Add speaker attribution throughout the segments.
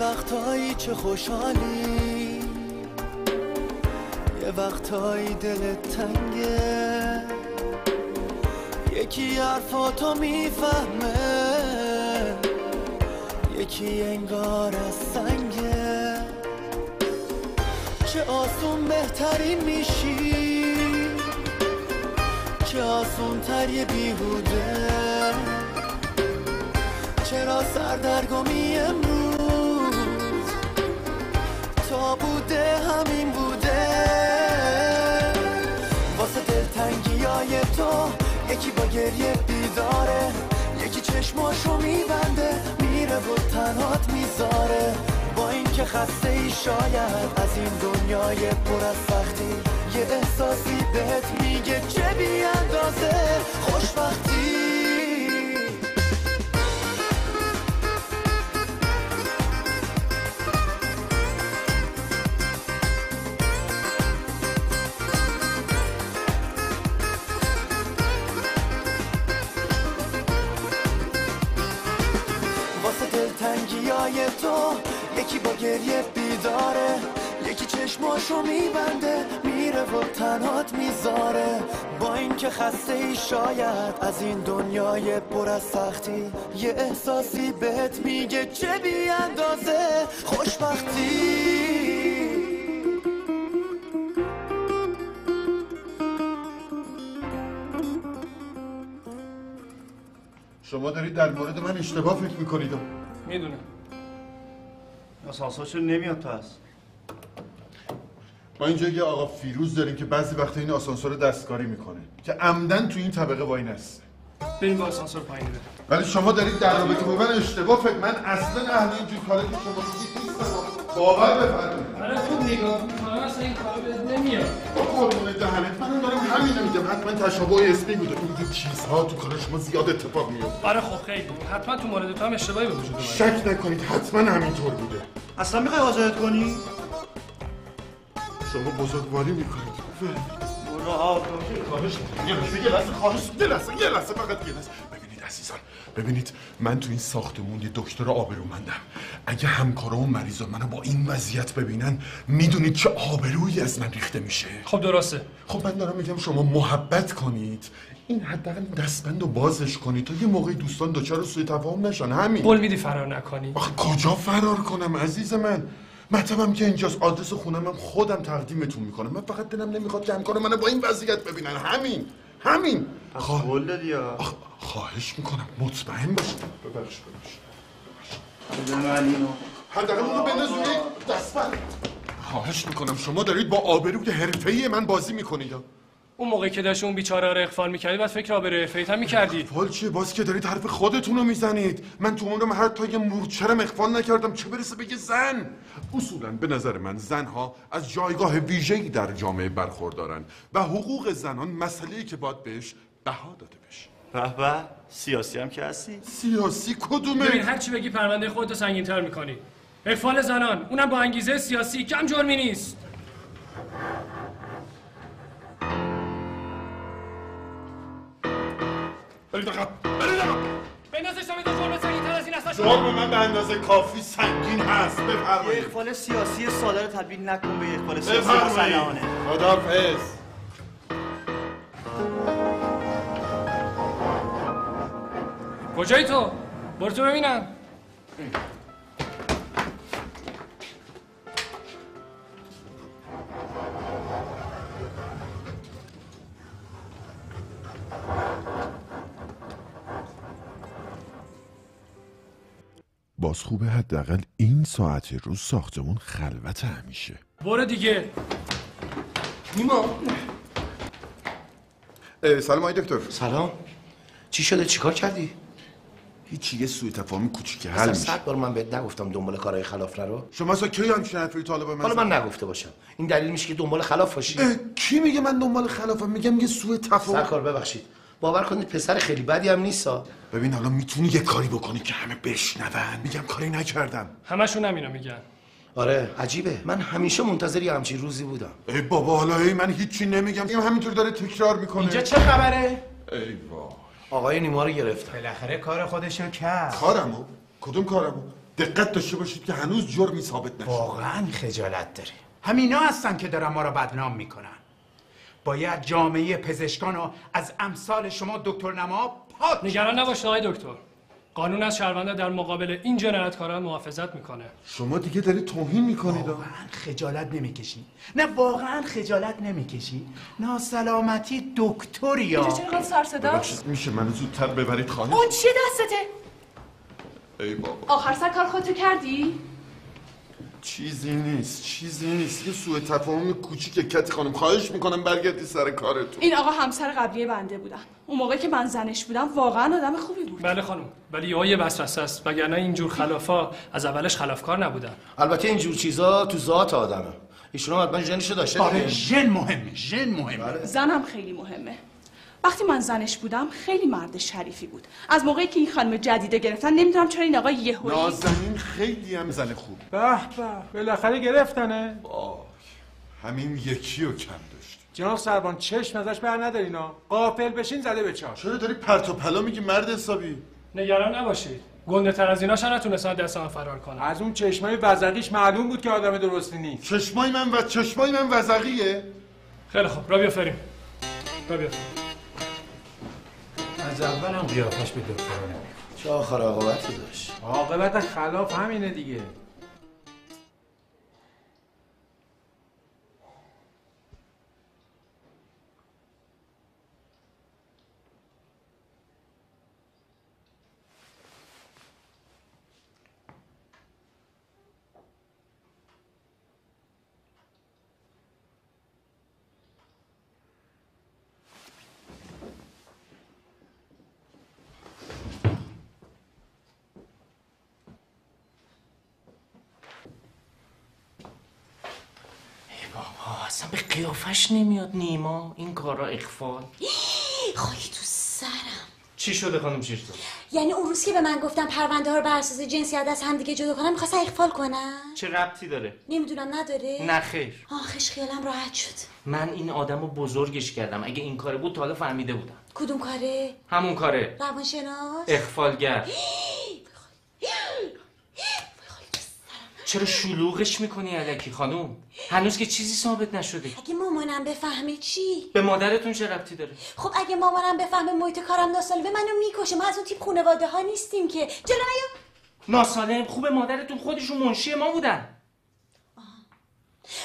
Speaker 1: وقتهایی چه خوشحالی یه وقتهایی دلت تنگه یکی حرفاتو میفهمه یکی انگار از سنگه چه آسون بهترین میشی چه آسون تر یه بیهوده چرا سردرگمی امروز تا بوده همین بوده واسه دلتنگی های تو یکی با گریه بیداره یکی چشماشو میبنده میره و تنهات میذاره با اینکه خسته ای شاید از این دنیای پر از سختی یه احساسی بهت میگه چه بی اندازه خوشبختی واسه دلتنگی های تو یکی با گریه بیداره یکی چشماشو میبنده میره و تنهات میذاره با اینکه خسته ای شاید از این دنیای پر از سختی یه احساسی بهت میگه چه بی اندازه خوشبختی
Speaker 2: شما دارید در مورد من اشتباه فکر میکنید
Speaker 3: میدونم
Speaker 4: آسانسورشون نمیاد تو هست
Speaker 2: ما اینجا یه آقا فیروز داریم که بعضی وقتا این آسانسور رو دستکاری میکنه که عمدن تو این طبقه واین است
Speaker 3: بریم با آسانسور پایین بریم
Speaker 2: ولی شما دارید در رابطه با من اشتباه فکر من اصلا اهل اینجور کاری که شما میگید نیستم باور بفرمایید
Speaker 3: آره خوب نگاه می‌کنم اصلا این کارا بهت نمیاد
Speaker 2: با قربون دهنت من دارم همین میگم حتما تشابه اسمی بوده اینجور چیزها تو کار شما زیاد اتفاق میفته
Speaker 3: آره خب خیلی حتما تو مورد تو هم اشتباهی به وجود اومده
Speaker 2: شک نکنید حتما همینطور بوده
Speaker 4: اصلا میخوای آزادت کنی؟
Speaker 2: شما بزرگواری میکنید
Speaker 4: برو ها
Speaker 2: خواهش می‌کنم. یه لحظه یه لحظه خواهش یه لحظه یه لحظه فقط یه لحظه ببینید عزیزان ببینید من تو این ساختمون یه دکتر آبرومندم اگه همکارام مریضا منو با این وضعیت ببینن میدونید چه آبرویی از من ریخته میشه
Speaker 3: خب درسته
Speaker 2: خب من دارم میگم شما محبت کنید این حداقل این دستبند رو بازش کنید تا یه موقع دوستان دچار سوء تفاهم نشن همین
Speaker 3: قول میدی فرار نکنی
Speaker 2: آخه کجا فرار کنم عزیز من مطبم که اینجاست آدرس خونم هم خودم تقدیمتون میکنم من فقط دلم نمیخواد که همکار منو با این وضعیت ببینن همین همین خوا-
Speaker 4: قول دادی یا
Speaker 2: آخ، خواهش میکنم مطمئن باشید ببخش ببخش
Speaker 4: بده من اینو
Speaker 2: حداقل اونو بنداز روی دستبند خواهش میکنم شما دارید با آبروی حرفه‌ای من بازی میکنید
Speaker 3: اون موقع که داشت اون بیچاره رو اغفال میکردی بعد فکر آبروی حرفه‌ایت هم میکردی
Speaker 2: فال چیه باز که دارید حرف خودتون رو میزنید من تو عمرم حتی یه مورچرم اخفال نکردم چه برسه به یه زن اصولا به نظر من زنها از جایگاه ویژه‌ای در جامعه برخوردارن و حقوق زنان مسئله‌ای که باید بهش بها داده بشه
Speaker 4: به به سیاسی هم که هستی
Speaker 2: سیاسی
Speaker 3: ببین
Speaker 2: کدومه
Speaker 3: هر چی بگی پرونده خودت رو سنگین‌تر میکنی اقفال زنان اونم با انگیزه سیاسی کم جرمی نیست
Speaker 2: برید عقب برید عقب
Speaker 3: بندازش تا به دو جرم سنگین‌تر از این اصلا شما
Speaker 2: جرم من به اندازه کافی سنگین هست
Speaker 4: یه
Speaker 2: بفرمایید
Speaker 4: اقبال سیاسی ساده رو تبدیل نکن به یه اقبال سیاسی
Speaker 2: بفرمایید
Speaker 4: مسلحانه
Speaker 2: خدافظ
Speaker 3: کجایی تو برو تو ببینم
Speaker 5: باز خوبه حداقل این ساعت روز ساختمون خلوت همیشه
Speaker 3: برو دیگه
Speaker 2: نیما اه، سلام آقای دکتر
Speaker 6: سلام چی شده چیکار کردی؟
Speaker 2: هیچی یه سوء تفاهم کوچیک حل
Speaker 6: اصلا
Speaker 2: میشه
Speaker 6: صد بار من بهت نگفتم دنبال کارهای خلاف نرو
Speaker 2: شما اصلا کی همچین حرفی رو طالب من
Speaker 6: حالا
Speaker 2: زد؟
Speaker 6: من نگفته باشم این دلیل میشه که دنبال خلاف باشی
Speaker 2: اه، کی میگه من دنبال خلافم میگم یه سوء تفاهم
Speaker 6: سرکار ببخشید باور کنید پسر خیلی بدی هم نیست ها.
Speaker 2: ببین حالا میتونی یه کاری بکنی که همه بشنون میگم کاری نکردم
Speaker 3: همشون هم اینو میگن
Speaker 6: آره عجیبه من همیشه منتظر یه همچین روزی بودم
Speaker 2: ای بابا حالا ای من هیچی نمیگم میگم همینطور داره تکرار
Speaker 6: اینجا
Speaker 2: میکنه
Speaker 6: چه خبره
Speaker 2: ای وای
Speaker 6: آقای نیما رو گرفتم
Speaker 7: بالاخره کار خودشو کرد
Speaker 2: کارمو کدوم کارمو دقت داشته باشید که هنوز جرمی ثابت نشده
Speaker 6: واقعا خجالت داری همینا هستن که دارن ما را بدنام میکنن باید جامعه پزشکان رو از امثال شما دکتر نما پاک
Speaker 3: نگران نباشید آقای دکتر قانون از شهرونده در مقابل این جنایتکاران محافظت میکنه
Speaker 2: شما دیگه دارید توهین میکنید
Speaker 6: واقعا خجالت نمیکشی نه واقعا خجالت نمیکشی ناسلامتی دکتری
Speaker 8: اینجا
Speaker 6: ها
Speaker 8: چرا اینقدر سر صداست؟
Speaker 2: میشه منو زودتر ببرید خانه
Speaker 8: اون چیه دستته؟
Speaker 2: ای بابا
Speaker 8: آخر سر کار خودتو کردی؟
Speaker 2: چیزی نیست چیزی نیست یه سوء تفاهم کوچیک کتی خانم خواهش میکنم برگردی سر کارتون
Speaker 8: این آقا همسر قبلی بنده بودن اون موقع که من زنش بودم واقعا آدم خوبی بود
Speaker 3: بله خانم ولی یا یه وسوسه است وگرنه اینجور خلافا از اولش خلافکار نبودن
Speaker 9: البته اینجور چیزا تو ذات آدمه ایشون هم حتما جنشو داشته
Speaker 6: آره
Speaker 9: دیگه. آره.
Speaker 6: ژن مهمه ژن مهمه
Speaker 8: زنم خیلی مهمه وقتی من زنش بودم خیلی مرد شریفی بود از موقعی که این خانم جدیده گرفتن نمیدونم چرا این آقا یهویی
Speaker 2: نازنین خیلی هم زن خوب
Speaker 8: بله،
Speaker 10: به به بالاخره گرفتنه
Speaker 2: همین یکی رو کم داشت
Speaker 10: جناب سربان چشم ازش بر ندارینا قافل بشین زده به چاش
Speaker 2: چرا داری پرت و پلا میگی مرد حسابی
Speaker 3: نگران نباشید گنده تر از اینا شاید نتونستن دست من فرار کنن
Speaker 10: از اون چشمای وزقیش معلوم بود که آدم درستی نیست
Speaker 2: چشمای من و چشمای من وزقیه
Speaker 3: خیلی خوب را بیافریم را بیافریم
Speaker 10: از اول هم قیافش به دکترانه
Speaker 9: چه آخر عاقبتی داشت
Speaker 10: عاقبت خلاف همینه دیگه
Speaker 11: بابا اصلا به قیافش نمیاد نیما این کارا اخفال
Speaker 12: خاکی تو سرم
Speaker 11: چی شده خانم شیرزاد
Speaker 12: یعنی اون روز که به من گفتم پرونده ها رو بر اساس جنسیت از همدیگه جدا کنم میخواستن اخفال کنن
Speaker 11: چه ربطی داره
Speaker 12: نمیدونم نداره
Speaker 11: نه خیر
Speaker 12: آخش خیالم راحت شد
Speaker 11: من این آدمو بزرگش کردم اگه این کاره بود تا حالا فهمیده بودم
Speaker 12: کدوم کاره
Speaker 11: همون کاره
Speaker 12: روانشناس
Speaker 11: اخفالگر
Speaker 12: وای، خاک تو سرم.
Speaker 11: چرا شلوغش میکنی علکی خانم هنوز که چیزی ثابت نشده
Speaker 12: اگه مامانم بفهمه چی
Speaker 11: به مادرتون چه ربطی داره
Speaker 12: خب اگه مامانم بفهمه محیط کارم ناسالمه منو میکشه ما از اون تیپ خانواده ها نیستیم که جلو نیا
Speaker 11: ناسالم خوب مادرتون خودشون منشی ما بودن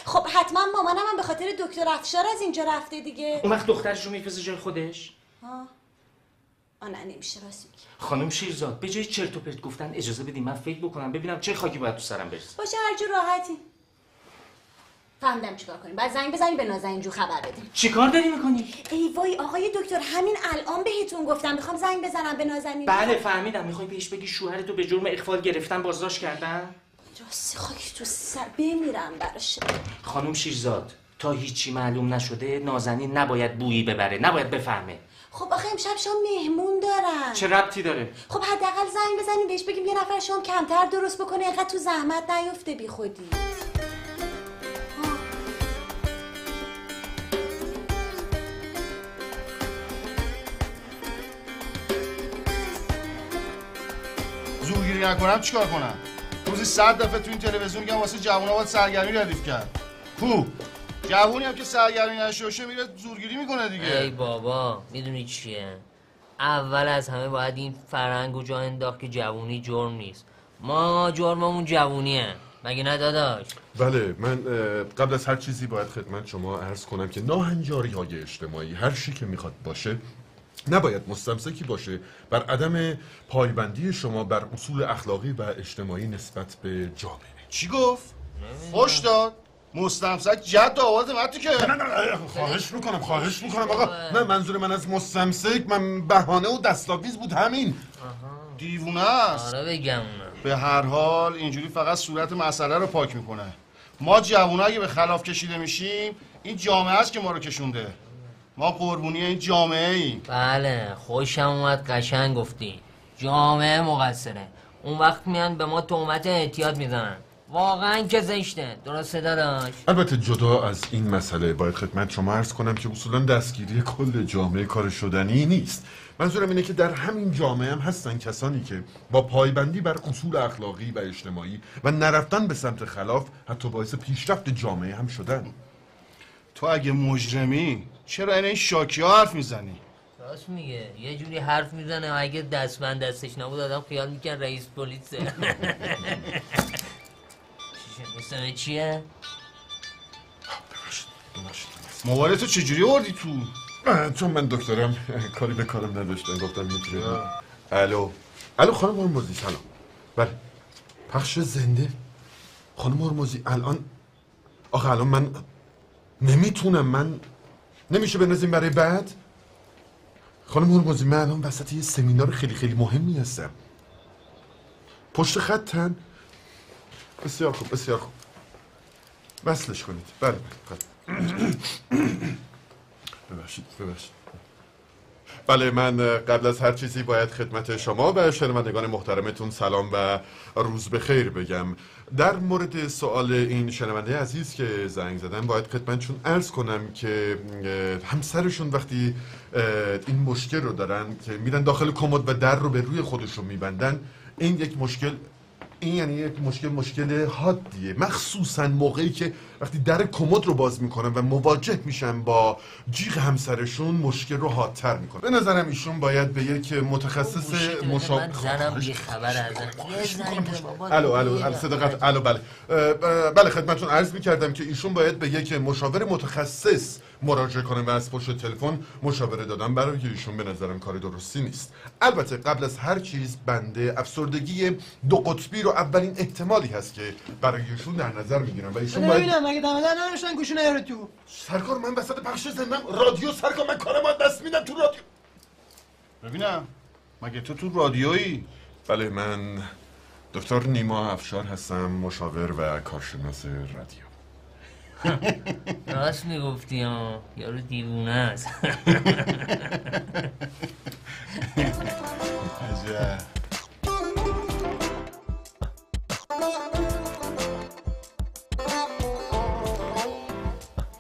Speaker 12: خب حتما مامانم هم به خاطر دکتر افشار از اینجا رفته دیگه
Speaker 11: اون وقت دخترشو میفرسته جای خودش
Speaker 12: آ نه نمیشه راست میگی
Speaker 11: خانم شیرزاد به جای چرت و پرت گفتن اجازه بدین من فکر بکنم ببینم چه خاکی باید تو سرم برسه
Speaker 12: باشه هر جور راحتی فهمیدم چیکار کنیم بعد زنگ بزنیم به نازنین جو خبر بدیم
Speaker 11: چیکار داری میکنی
Speaker 12: ای وای آقای دکتر همین الان بهتون گفتم میخوام زنگ بزنم به نازنین
Speaker 11: بله فهمیدم میخوای بهش بگی شوهرتو به جرم اخفال گرفتن بازداشت کردن
Speaker 12: راستی خاک تو سر بمیرم براش
Speaker 11: خانم شیرزاد تا هیچی معلوم نشده نازنین نباید بویی ببره نباید بفهمه
Speaker 12: خب آخه امشب شام مهمون دارم
Speaker 11: چه ربطی داره
Speaker 12: خب حداقل زنگ بزنیم بهش بگیم یه نفر شام کمتر درست بکنه اینقدر تو زحمت نیفته بی خودی
Speaker 13: زورگیری نکنم چیکار کنم روزی صد دفعه تو این تلویزیون میگن واسه جوونا باید سرگرمی ردیف کرد کو جوونی هم که سرگرمی نشه باشه میره زورگیری میکنه
Speaker 14: ای
Speaker 13: دیگه
Speaker 14: بابا میدونی چیه اول از همه باید این فرنگ و جا انداخت که جوونی جرم نیست ما جرممون جوونیه مگه نه داداش
Speaker 2: بله من اه، قبل از هر چیزی باید خدمت شما عرض کنم که ناهنجاری های اجتماعی هر چی که میخواد باشه نباید مستمسکی باشه بر عدم پایبندی شما بر اصول اخلاقی و اجتماعی نسبت به جامعه
Speaker 13: چی گفت خوش داد مستمسک جد آواز متو که
Speaker 2: نه، نه، نه، خواهش میکنم خواهش میکنم آقا نه منظور من از مستمسک من بهانه و دستاویز بود همین
Speaker 13: دیوونه است
Speaker 14: آره بگم اونم
Speaker 13: به هر حال اینجوری فقط صورت مسئله رو پاک میکنه ما جوونا اگه به خلاف کشیده میشیم این جامعه است که ما رو کشونده ما قربونی این جامعه ایم
Speaker 14: بله خوشم اومد قشنگ گفتی جامعه مقصره اون وقت میان به ما تهمت اعتیاد میزنن واقعا که زشته درسته داداش
Speaker 2: البته جدا از این مسئله باید خدمت شما عرض کنم که اصولا دستگیری کل جامعه کار شدنی نیست منظورم اینه که در همین جامعه هم هستن کسانی که با پایبندی بر اصول اخلاقی و اجتماعی و نرفتن به سمت خلاف حتی باعث پیشرفت جامعه هم شدن
Speaker 15: تو اگه مجرمی چرا این این شاکی ها حرف میزنی
Speaker 14: راست میگه یه جوری حرف میزنه اگه دستبند دستش نبود آدم خیال میکرد رئیس پلیسه چی شد؟ مثل چیه؟
Speaker 15: موبایل تو چجوری آوردی تو
Speaker 2: اه، چون من دکترم کاری به کارم نداشتم گفتم میتونه الو الو خانم هرمزی سلام بله پخش زنده خانم هرمزی الان آخه الان من نمیتونم من نمیشه بنازیم برای بعد خانم هرمزی من الان وسط یه سمینار خیلی خیلی مهمی هستم پشت خطن بسیار خوب بسیار خوب وصلش کنید بله بله بله. ببخشید ببخشید بله من قبل از هر چیزی باید خدمت شما و شنوندگان محترمتون سلام و روز به خیر بگم در مورد سوال این شنونده عزیز که زنگ زدن باید خدمتشون عرض کنم که اه، همسرشون وقتی اه، این مشکل رو دارن که میرن داخل کمد و در رو به روی خودشون میبندن این یک مشکل این یعنی یک مشکل مشکل حادیه مخصوصا موقعی که وقتی در کمد رو باز میکنن و مواجه میشن با جیغ همسرشون مشکل رو حادتر میکنن به نظرم ایشون باید به یک متخصص
Speaker 14: من
Speaker 2: مشاور
Speaker 14: زنم بی خبر ازت یه زنگ بابا
Speaker 2: الو الو الو صداقت الو بله اه، ب- بله خدمتتون عرض می کردم که ایشون باید به یک مشاور متخصص مراجعه کنه و از پشت تلفن مشاوره دادن برای ایشون به نظرم کار درستی نیست البته قبل از هر چیز بنده افسردگی دو قطبی رو اولین احتمالی هست که برای ایشون در نظر میگیرم و ایشون باید
Speaker 16: نمیدونم مگه دمدن نمیشن گوشی نیاره تو
Speaker 2: سرکار من وسط پخش زندم رادیو سرکار من کارم از دست میدم تو رادیو
Speaker 15: ببینم مگه تو تو رادیویی
Speaker 2: بله من دکتر نیما افشار هستم مشاور و کارشناس رادیو
Speaker 14: راست میگفتی ها یارو دیوونه است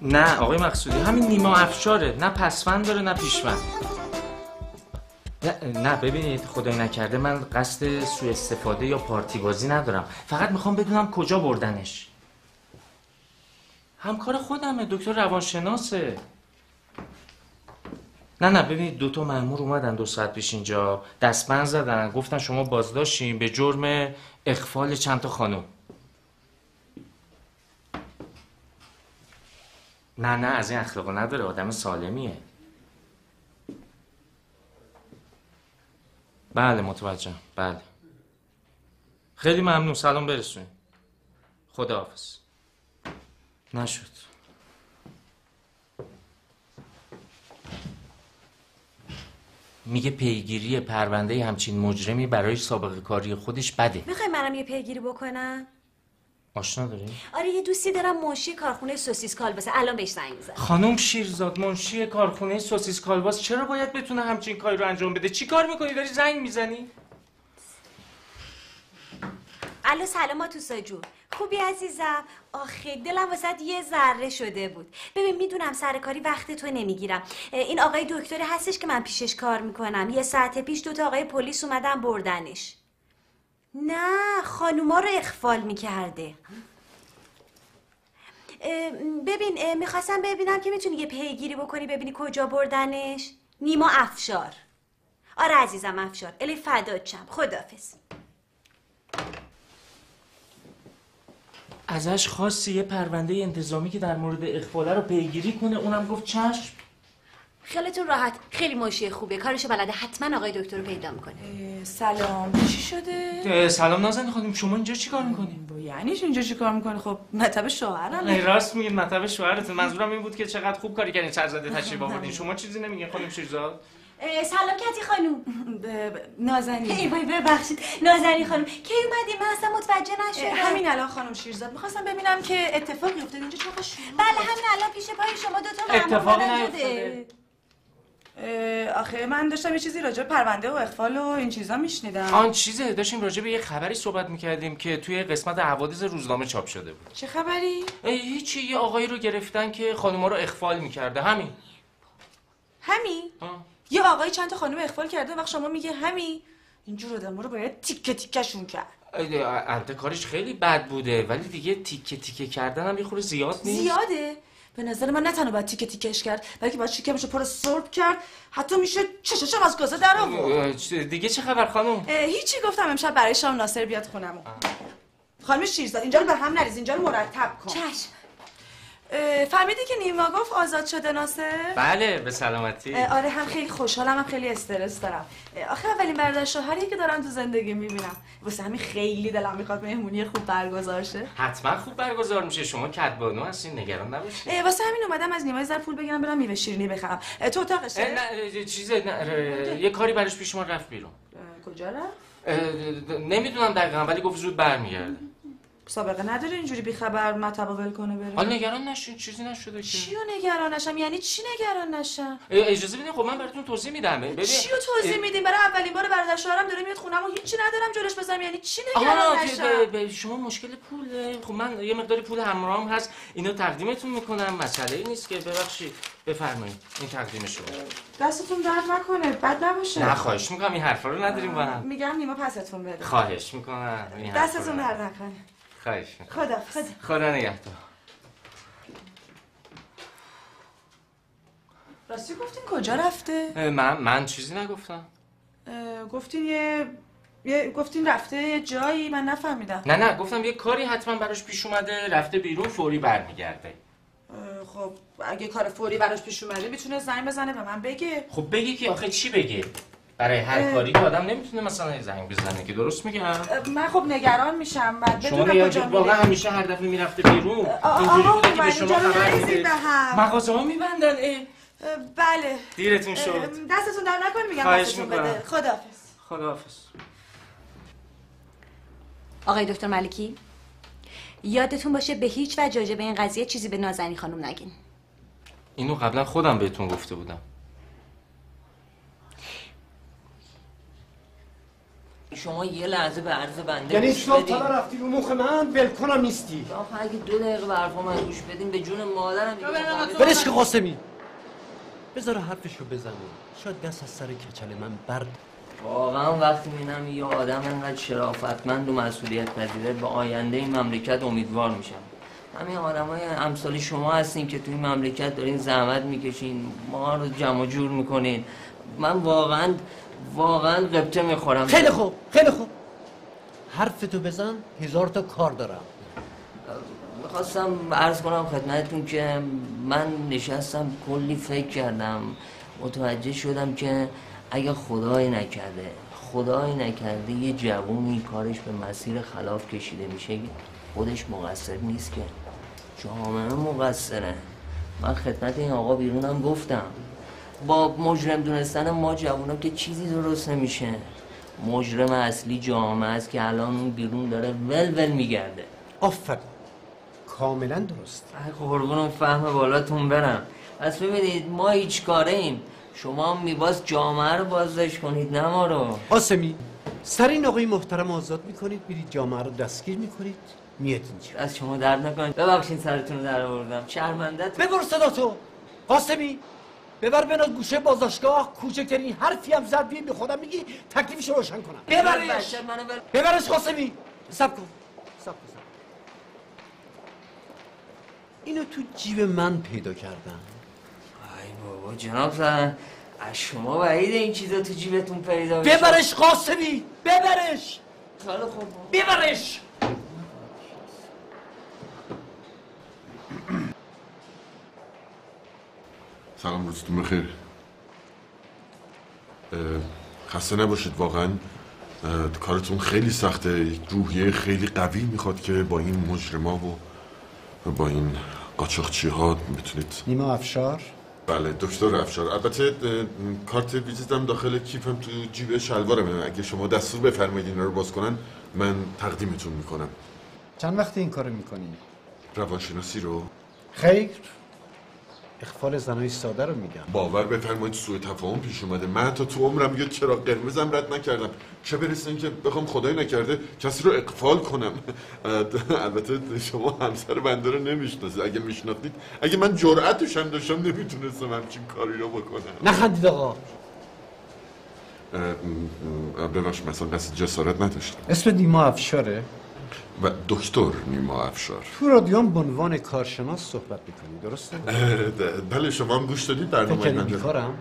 Speaker 11: نه آقای مقصودی همین نیما افشاره نه پسفند داره نه پیشفند نه, نه ببینید خدای نکرده من قصد سوء استفاده یا پارتی بازی ندارم فقط میخوام بدونم کجا بردنش همکار خودمه دکتر روانشناسه نه نه ببینید دوتا مأمور اومدن دو ساعت پیش اینجا دستبند زدن گفتن شما بازداشتین به جرم اخفال چند تا خانم نه نه از این اخلاق نداره آدم سالمیه بله متوجهم بله خیلی ممنون سلام برسونید خداحافظ نشد میگه پیگیری پرونده همچین مجرمی برای سابقه کاری خودش بده
Speaker 12: میخوای منم یه پیگیری بکنم
Speaker 11: آشنا داری؟
Speaker 12: آره یه دوستی دارم منشی کارخونه سوسیس کالباسه الان بهش زنگ میزنم
Speaker 11: خانم شیرزاد منشی کارخونه سوسیس کالباس چرا باید بتونه همچین کاری رو انجام بده چی کار میکنی داری زنگ میزنی
Speaker 12: الو سلام آتوسا جون خوبی عزیزم آخه دلم واسه یه ذره شده بود ببین میدونم سر کاری وقت تو نمیگیرم اه، این آقای دکتری هستش که من پیشش کار میکنم یه ساعت پیش دوتا آقای پلیس اومدن بردنش نه خانوما رو اخفال میکرده اه، ببین اه، میخواستم ببینم که میتونی یه پیگیری بکنی ببینی کجا بردنش نیما افشار آره عزیزم افشار الی فداد شم خدافز
Speaker 11: ازش خواستی یه پرونده انتظامی که در مورد اخفاله رو پیگیری کنه اونم گفت چشم
Speaker 12: خیالتون راحت خیلی ماشی خوبه کارشو بلده حتما آقای دکتر رو پیدا میکنه
Speaker 17: سلام چی شده؟
Speaker 11: اه، سلام نازنین خانم شما اینجا چیکار میکنی
Speaker 17: یعنی اینجا چی کار میکنه خب مطب شوهرم
Speaker 14: راست میگید مطلب شوهرتون منظورم این بود که چقدر خوب کاری کردین سرزده تشریف
Speaker 11: بله.
Speaker 14: آوردین شما چیزی نمیگین خانم شیرزاد
Speaker 12: سلام کتی خانم
Speaker 17: نازنین
Speaker 12: ای وای ببخشید نازنین خانم کی اومدی من اصلا متوجه نشدم
Speaker 17: همین الان خانم شیرزاد میخواستم ببینم که اتفاقی افتاد اینجا چه خوش
Speaker 12: بله همین الان پیش پای شما دوتا مأمور
Speaker 17: اتفاقی
Speaker 12: بلند
Speaker 17: نیفتاده.
Speaker 12: شده.
Speaker 17: اه، آخه من داشتم یه چیزی راجع به پرونده و اخفال و این چیزا میشنیدم
Speaker 11: آن چیزه داشتیم راجع به یه خبری صحبت میکردیم که توی قسمت حوادث روزنامه چاپ شده بود
Speaker 17: چه خبری؟
Speaker 11: ای، هیچی یه آقایی رو گرفتن که خانوما رو اخفال میکرده همین
Speaker 17: همین؟
Speaker 11: آه.
Speaker 17: یه آقای چند تا خانم اخفال کرده وقت شما میگه همین اینجور آدم رو باید تیکه تیکشون کرد
Speaker 11: ای، انت کارش خیلی بد بوده ولی دیگه تیکه تیکه کردن هم یه خورده زیاد خب نیست
Speaker 17: زیاده به نظر من نه تنها باید تیکه تیکش کرد بلکه باید شکمش رو پر سرب کرد حتی میشه چششم از گازه در آورد
Speaker 11: اه، چه- دیگه چه خبر خانم
Speaker 17: اه، هیچی گفتم امشب برای شام ناصر بیاد خونمون خانم شیرزاد اینجا رو به هم نریز اینجا رو مرتب کن چشم فهمیدی که نیما گفت آزاد شده ناصر
Speaker 11: بله به سلامتی
Speaker 17: اه، آره هم خیلی خوشحالم هم خیلی استرس دارم اه، آخه اولین برادر شوهریه که دارم تو زندگی میبینم واسه همین خیلی دلم میخواد مهمونی خوب برگزار شه
Speaker 11: حتما خوب برگزار میشه شما کدبانو هستین نگران نباشید
Speaker 17: اه، واسه همین اومدم از نیمای زر پول بگیرم برم میوه شیرینی بخرم اه، تو اتاقشه
Speaker 11: اه، نه اه، چیزه نه اه، یه کاری برش پیش ما رفت بیرون
Speaker 17: اه، کجا رفت
Speaker 11: نمیدونم دقیقا ولی گفت زود برمیگرده
Speaker 17: سابقه نداره اینجوری بیخبر مطبع ول کنه بره
Speaker 11: حالا نگران نشین چیزی نشده که
Speaker 17: چیو نگران نشم یعنی چی نگران نشم
Speaker 11: اه، اجازه بدین خب من براتون توضیح میدم ببین
Speaker 17: چیو توضیح میدین برای اولین بار برادر شوهرم داره میاد خونم و هیچی ندارم جلوش بزنم یعنی چی نگران
Speaker 11: آها که
Speaker 17: نشم
Speaker 11: به- به شما مشکل پوله خب من یه مقداری پول همراهم هست اینا تقدیمتون میکنم مسئله ای نیست که ببخشید بفرمایید این تقدیم شما
Speaker 17: دستتون درد نکنه بد نباشه
Speaker 11: نه خواهش میکنم این حرفا رو نداریم با هم
Speaker 17: میگم نیما پستون بده
Speaker 11: خواهش میکنم این حرفا رو
Speaker 17: دستتون
Speaker 11: نداریم.
Speaker 17: درد نکنه
Speaker 11: خواهش میکنم
Speaker 17: خدا خدا
Speaker 11: خدا نگهدار
Speaker 17: راستی گفتین کجا رفته
Speaker 11: اه، من من چیزی نگفتم
Speaker 17: اه، گفتین یه یه گفتین رفته یه جایی من نفهمیدم
Speaker 11: نه نه گفتم یه کاری حتما براش پیش اومده رفته بیرون فوری برمیگرده
Speaker 17: اه، خب اگه کار فوری براش پیش اومده میتونه زنگ بزنه به من بگه
Speaker 11: خب بگی که آخه چی بگه برای
Speaker 17: اه.
Speaker 11: هر کاری که آدم نمیتونه مثلا یه زنگ بزنه که درست میگم
Speaker 17: اه، من خب نگران میشم بعد
Speaker 11: شما
Speaker 17: بدونم
Speaker 11: نگاه
Speaker 17: کجا
Speaker 11: کنید، واقعا
Speaker 17: میره.
Speaker 11: همیشه هر دفعه میرفته بیرون اینجوری
Speaker 17: آقا
Speaker 11: بوده که به
Speaker 17: اومد،
Speaker 11: شما
Speaker 17: اینجا رو
Speaker 11: خبر
Speaker 17: نریزید
Speaker 11: میده
Speaker 17: به هم.
Speaker 11: مغازه ها میبندن اه
Speaker 17: اه، بله
Speaker 11: دیرتون
Speaker 17: اه،
Speaker 11: شد
Speaker 17: دستتون در نکن میگم
Speaker 11: خواهش
Speaker 17: دستتون
Speaker 11: می‌کنم.
Speaker 17: بده خداحافظ
Speaker 11: خداحافظ
Speaker 12: آقای دکتر ملکی یادتون باشه به هیچ وجه راجع به این قضیه چیزی به نازنین خانم نگین
Speaker 11: اینو قبلا خودم بهتون گفته بودم
Speaker 14: شما یه لحظه به عرض بنده
Speaker 16: یعنی
Speaker 14: گوش
Speaker 16: صبح
Speaker 14: بدین.
Speaker 16: تا رفتی رو مخ من ولکنم نیستی
Speaker 14: آخه اگه دو دقیقه به حرف من گوش بدین به جون مادرم دیگه متوجه-
Speaker 16: برش که قاسمی بذار حرفشو بزنه شاید دست از سر کچل من برد
Speaker 14: واقعا وقتی میبینم یه آدم انقدر شرافتمند و مسئولیت پذیره به آینده این مملکت امیدوار میشم همین آدم های امثال شما هستین که توی این مملکت دارین زحمت میکشین ما رو جمع و جور میکنین من واقعا واقعا قبطه میخورم
Speaker 16: خیلی خوب خیلی خوب حرفتو بزن هزار تا کار دارم
Speaker 14: میخواستم عرض کنم خدمتتون که من نشستم کلی فکر کردم متوجه شدم که اگه خدای نکرده خدای نکرده یه جوونی کارش به مسیر خلاف کشیده میشه خودش مقصر نیست که جامعه مقصره من خدمت این آقا بیرونم گفتم با مجرم دونستن ما جوونم که چیزی درست نمیشه مجرم اصلی جامعه است که الان اون بیرون داره ول ول میگرده
Speaker 16: آفرین کاملا درست
Speaker 14: ای خب، قربون فهم بالاتون برم پس ببینید ما هیچ کاره ایم شما هم میباز جامعه رو بازداشت کنید نه ما رو
Speaker 16: قاسمی سر این آقای محترم آزاد میکنید میرید جامعه رو دستگیر میکنید میاد اینجا
Speaker 14: از شما درد نکنید ببخشید سرتون رو در آوردم شرمنده
Speaker 16: ببر صدا تو قاسمی ببر بنا گوشه بازداشتگاه کوچکترین حرفی هم زد بیاین به خودم میگی تکلیفش رو روشن کنم ببرش ببرش قاسمی سب کن سب کن سب. اینو تو جیب من پیدا کردم
Speaker 14: ای بابا جناب سرم از شما بعید این چیزا تو جیبتون پیدا بشه
Speaker 16: ببرش قاسمی ببرش
Speaker 14: خیلی خوب
Speaker 16: ببرش
Speaker 2: سلام روزتون بخیر اه، خسته نباشید واقعا اه، کارتون خیلی سخته یک روحیه خیلی قوی میخواد که با این مجرما و با این قاچاقچی ها میتونید
Speaker 16: نیما افشار
Speaker 2: بله دکتر افشار البته اه، کارت ویزیتم داخل کیفم تو جیب شلوارمه اگه شما دستور بفرمایید اینا رو باز کنن من تقدیمتون میکنم
Speaker 16: چند وقت این کارو میکنی؟
Speaker 2: روانشناسی رو
Speaker 16: خیر
Speaker 6: اخفال زنای ساده رو میگم
Speaker 2: باور بفرمایید سوء تفاهم پیش اومده من حتی تو عمرم یک چراغ قرمزم رد نکردم چه برسه اینکه بخوام خدای نکرده کسی رو اقفال کنم البته شما همسر بنده رو نمیشناسید اگه میشناختید اگه من جرأتش هم داشتم نمیتونستم همچین کاری رو بکنم
Speaker 16: نخندید آقا
Speaker 2: اه، اه، ببخشید مثلا قصد جسارت نداشتم
Speaker 6: اسم نیما افشاره
Speaker 2: و دکتر نیما افشار
Speaker 6: تو رادیوم به عنوان کارشناس صحبت میکنی درسته؟
Speaker 2: اه، ده- بله شما هم گوش دادید برنامه
Speaker 6: فکر
Speaker 2: من
Speaker 6: کردی بیکارم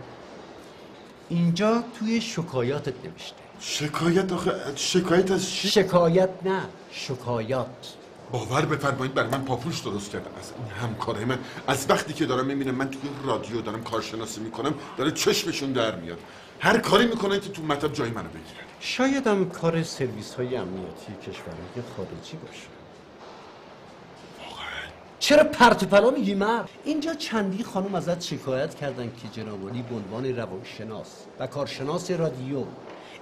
Speaker 6: اینجا توی شکایاتت نوشته
Speaker 2: شکایت آخه شکایت از چی؟
Speaker 6: شکایت نه شکایات
Speaker 2: باور بفرمایید برای من پاپوش درست کردن از این همکارای من از وقتی که دارم میبینم من توی رادیو دارم کارشناسی میکنم داره چشمشون در میاد هر کاری میکنن که تو مطب جای منو بگیرن
Speaker 6: شاید هم کار سرویس های امنیتی کشورهای خارجی باشه چرا پرت و پلا میگی مرد اینجا چندی خانم ازت شکایت کردن که جنابالی به عنوان روانشناس و کارشناس رادیو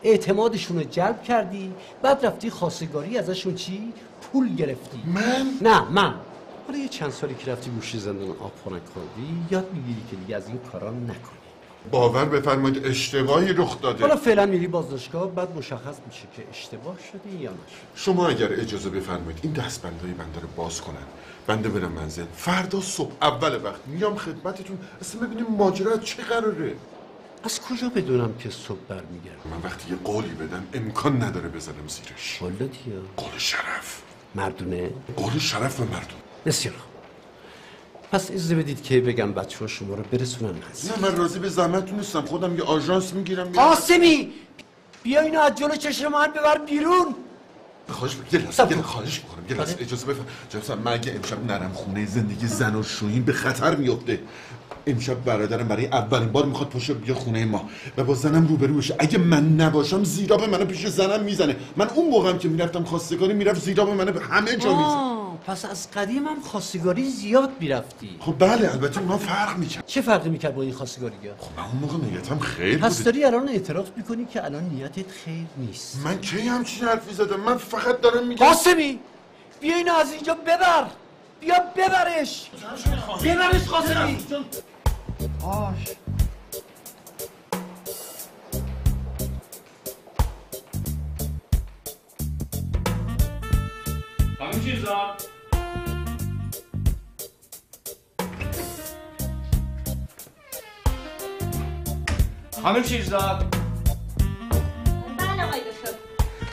Speaker 6: اعتمادشون رو جلب کردی بعد رفتی خواستگاری ازشون چی پول گرفتی
Speaker 2: من
Speaker 6: نه من حالا یه چند سالی که رفتی گوشی زندان آب خنک خوردی یاد میگیری که دیگه از این کارا نکنی
Speaker 2: باور بفرمایید اشتباهی رخ داده
Speaker 6: حالا فعلا میری بازداشتگاه بعد مشخص میشه که اشتباه شده یا نشده
Speaker 2: شما اگر اجازه بفرمایید این دستبندهای بنده رو باز کنن بنده برم منزل فردا صبح اول وقت میام خدمتتون اصلا ببینیم ماجرا از چه قراره
Speaker 6: از کجا بدونم که صبح برمیگردم
Speaker 2: من وقتی یه قولی بدم امکان نداره بزنم زیرش
Speaker 6: والا دیا
Speaker 2: قول شرف
Speaker 6: مردونه
Speaker 2: قول شرف و مردم
Speaker 6: بسیار خوب پس اجازه بدید که بگم بچه ها شما رو برسونن هست
Speaker 2: نه من راضی به زحمتتون نیستم خودم یه آژانس میگیرم
Speaker 16: قاسمی بیا اینو از جلو چشم من ببر بیرون
Speaker 2: خواهش می‌کنم. یه لحظه یه لحظه خواهش میکنم یه
Speaker 6: بله.
Speaker 2: لحظه اجازه بفرم جناب صاحب، من اگه امشب نرم خونه زندگی زن و شوهین به خطر میفته امشب برادرم برای اولین بار میخواد پاشو بیا خونه ما و با زنم روبرو بشه اگه من نباشم زیرا به منو پیش زنم میزنه من اون موقعم که میرفتم خواستگاری میرفت زیرا به منو به همه جا میزنه
Speaker 6: آه، پس از قدیم هم خواستگاری زیاد میرفتی
Speaker 2: خب بله البته اونا فرق میکرد خب
Speaker 6: چه فرقی میکرد با این خواستگاری
Speaker 2: من اون موقع نیتم خیر
Speaker 6: پس
Speaker 2: بوده
Speaker 6: داری الان اعتراف میکنی که الان نیتت خیر نیست
Speaker 2: من کی همچین حرفی زدم من فقط دارم میگم
Speaker 16: قاسمی بیا اینو از اینجا ببر بیا ببرش ببرش قاسمی
Speaker 7: آش
Speaker 3: همین چیزا
Speaker 11: خانم شیرزاد
Speaker 12: بله آقای دکتر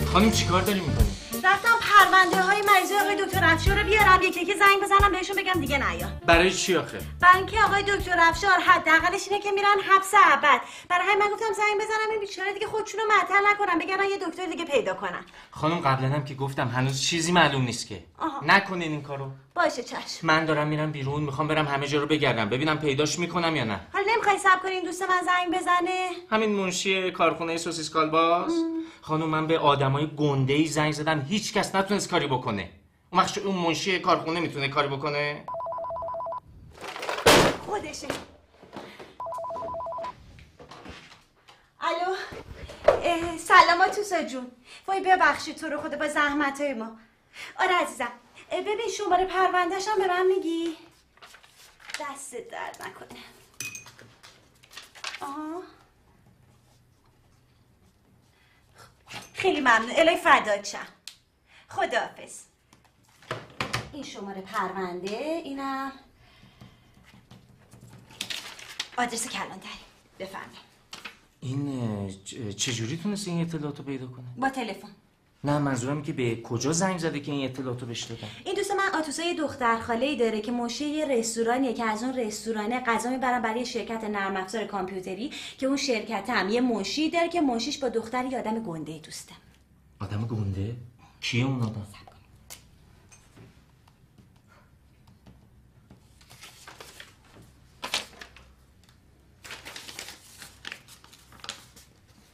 Speaker 11: خانم چیکار داری میکنی
Speaker 12: رفتم پرونده های مریضی آقای دکتر افشار رو بیارم یکی یکی زنگ بزنم بهشون بگم دیگه نیا
Speaker 11: برای چی آخه
Speaker 12: برای اینکه آقای دکتر افشار حداقلش اینه که میرن حبس ابد برای همین من گفتم زنگ بزنم این بیچاره دیگه خودشونو معطل نکنن بگن یه دکتر دیگه پیدا کنن
Speaker 11: خانم قبلا هم که گفتم هنوز چیزی معلوم نیست که
Speaker 12: آها.
Speaker 11: نکنین این کارو
Speaker 12: باشه چشم
Speaker 11: من دارم میرم بیرون میخوام برم همه جا رو بگردم ببینم پیداش میکنم یا نه
Speaker 12: حالا نمیخوای سب کنین دوست من زنگ بزنه
Speaker 11: همین منشی کارخونه سوسیس کالباس خانم من به آدمای گنده ای زنگ زدم هیچ کس نتونست کاری بکنه اون وقت اون منشی کارخونه میتونه کاری بکنه
Speaker 12: خودشه الو اه، سلام آتوسا جون وای ببخشید تو رو خدا با زحمت های ما آره عزیزم اه، ببین شماره پروندهشم هم به من میگی دست درد نکنه آها خیلی ممنون الهی فدات شم خداحافظ این شماره پرونده اینم آدرس کلانتری بفرمایید
Speaker 11: این اه، چ- چجوری تونست این اطلاعات رو پیدا کنه
Speaker 12: با تلفن
Speaker 11: نه منظورم که به کجا زنگ زده که این اطلاعات رو بهش دادن
Speaker 12: این دوست من آتوسا یه دختر خاله ای داره که منشی یه رستورانیه که از اون رستورانه غذا میبرن برای یه شرکت نرم افزار کامپیوتری که اون شرکت هم یه منشی داره که منشیش با دختر یه آدم گنده ای دوسته
Speaker 11: آدم گنده کیه اون آدم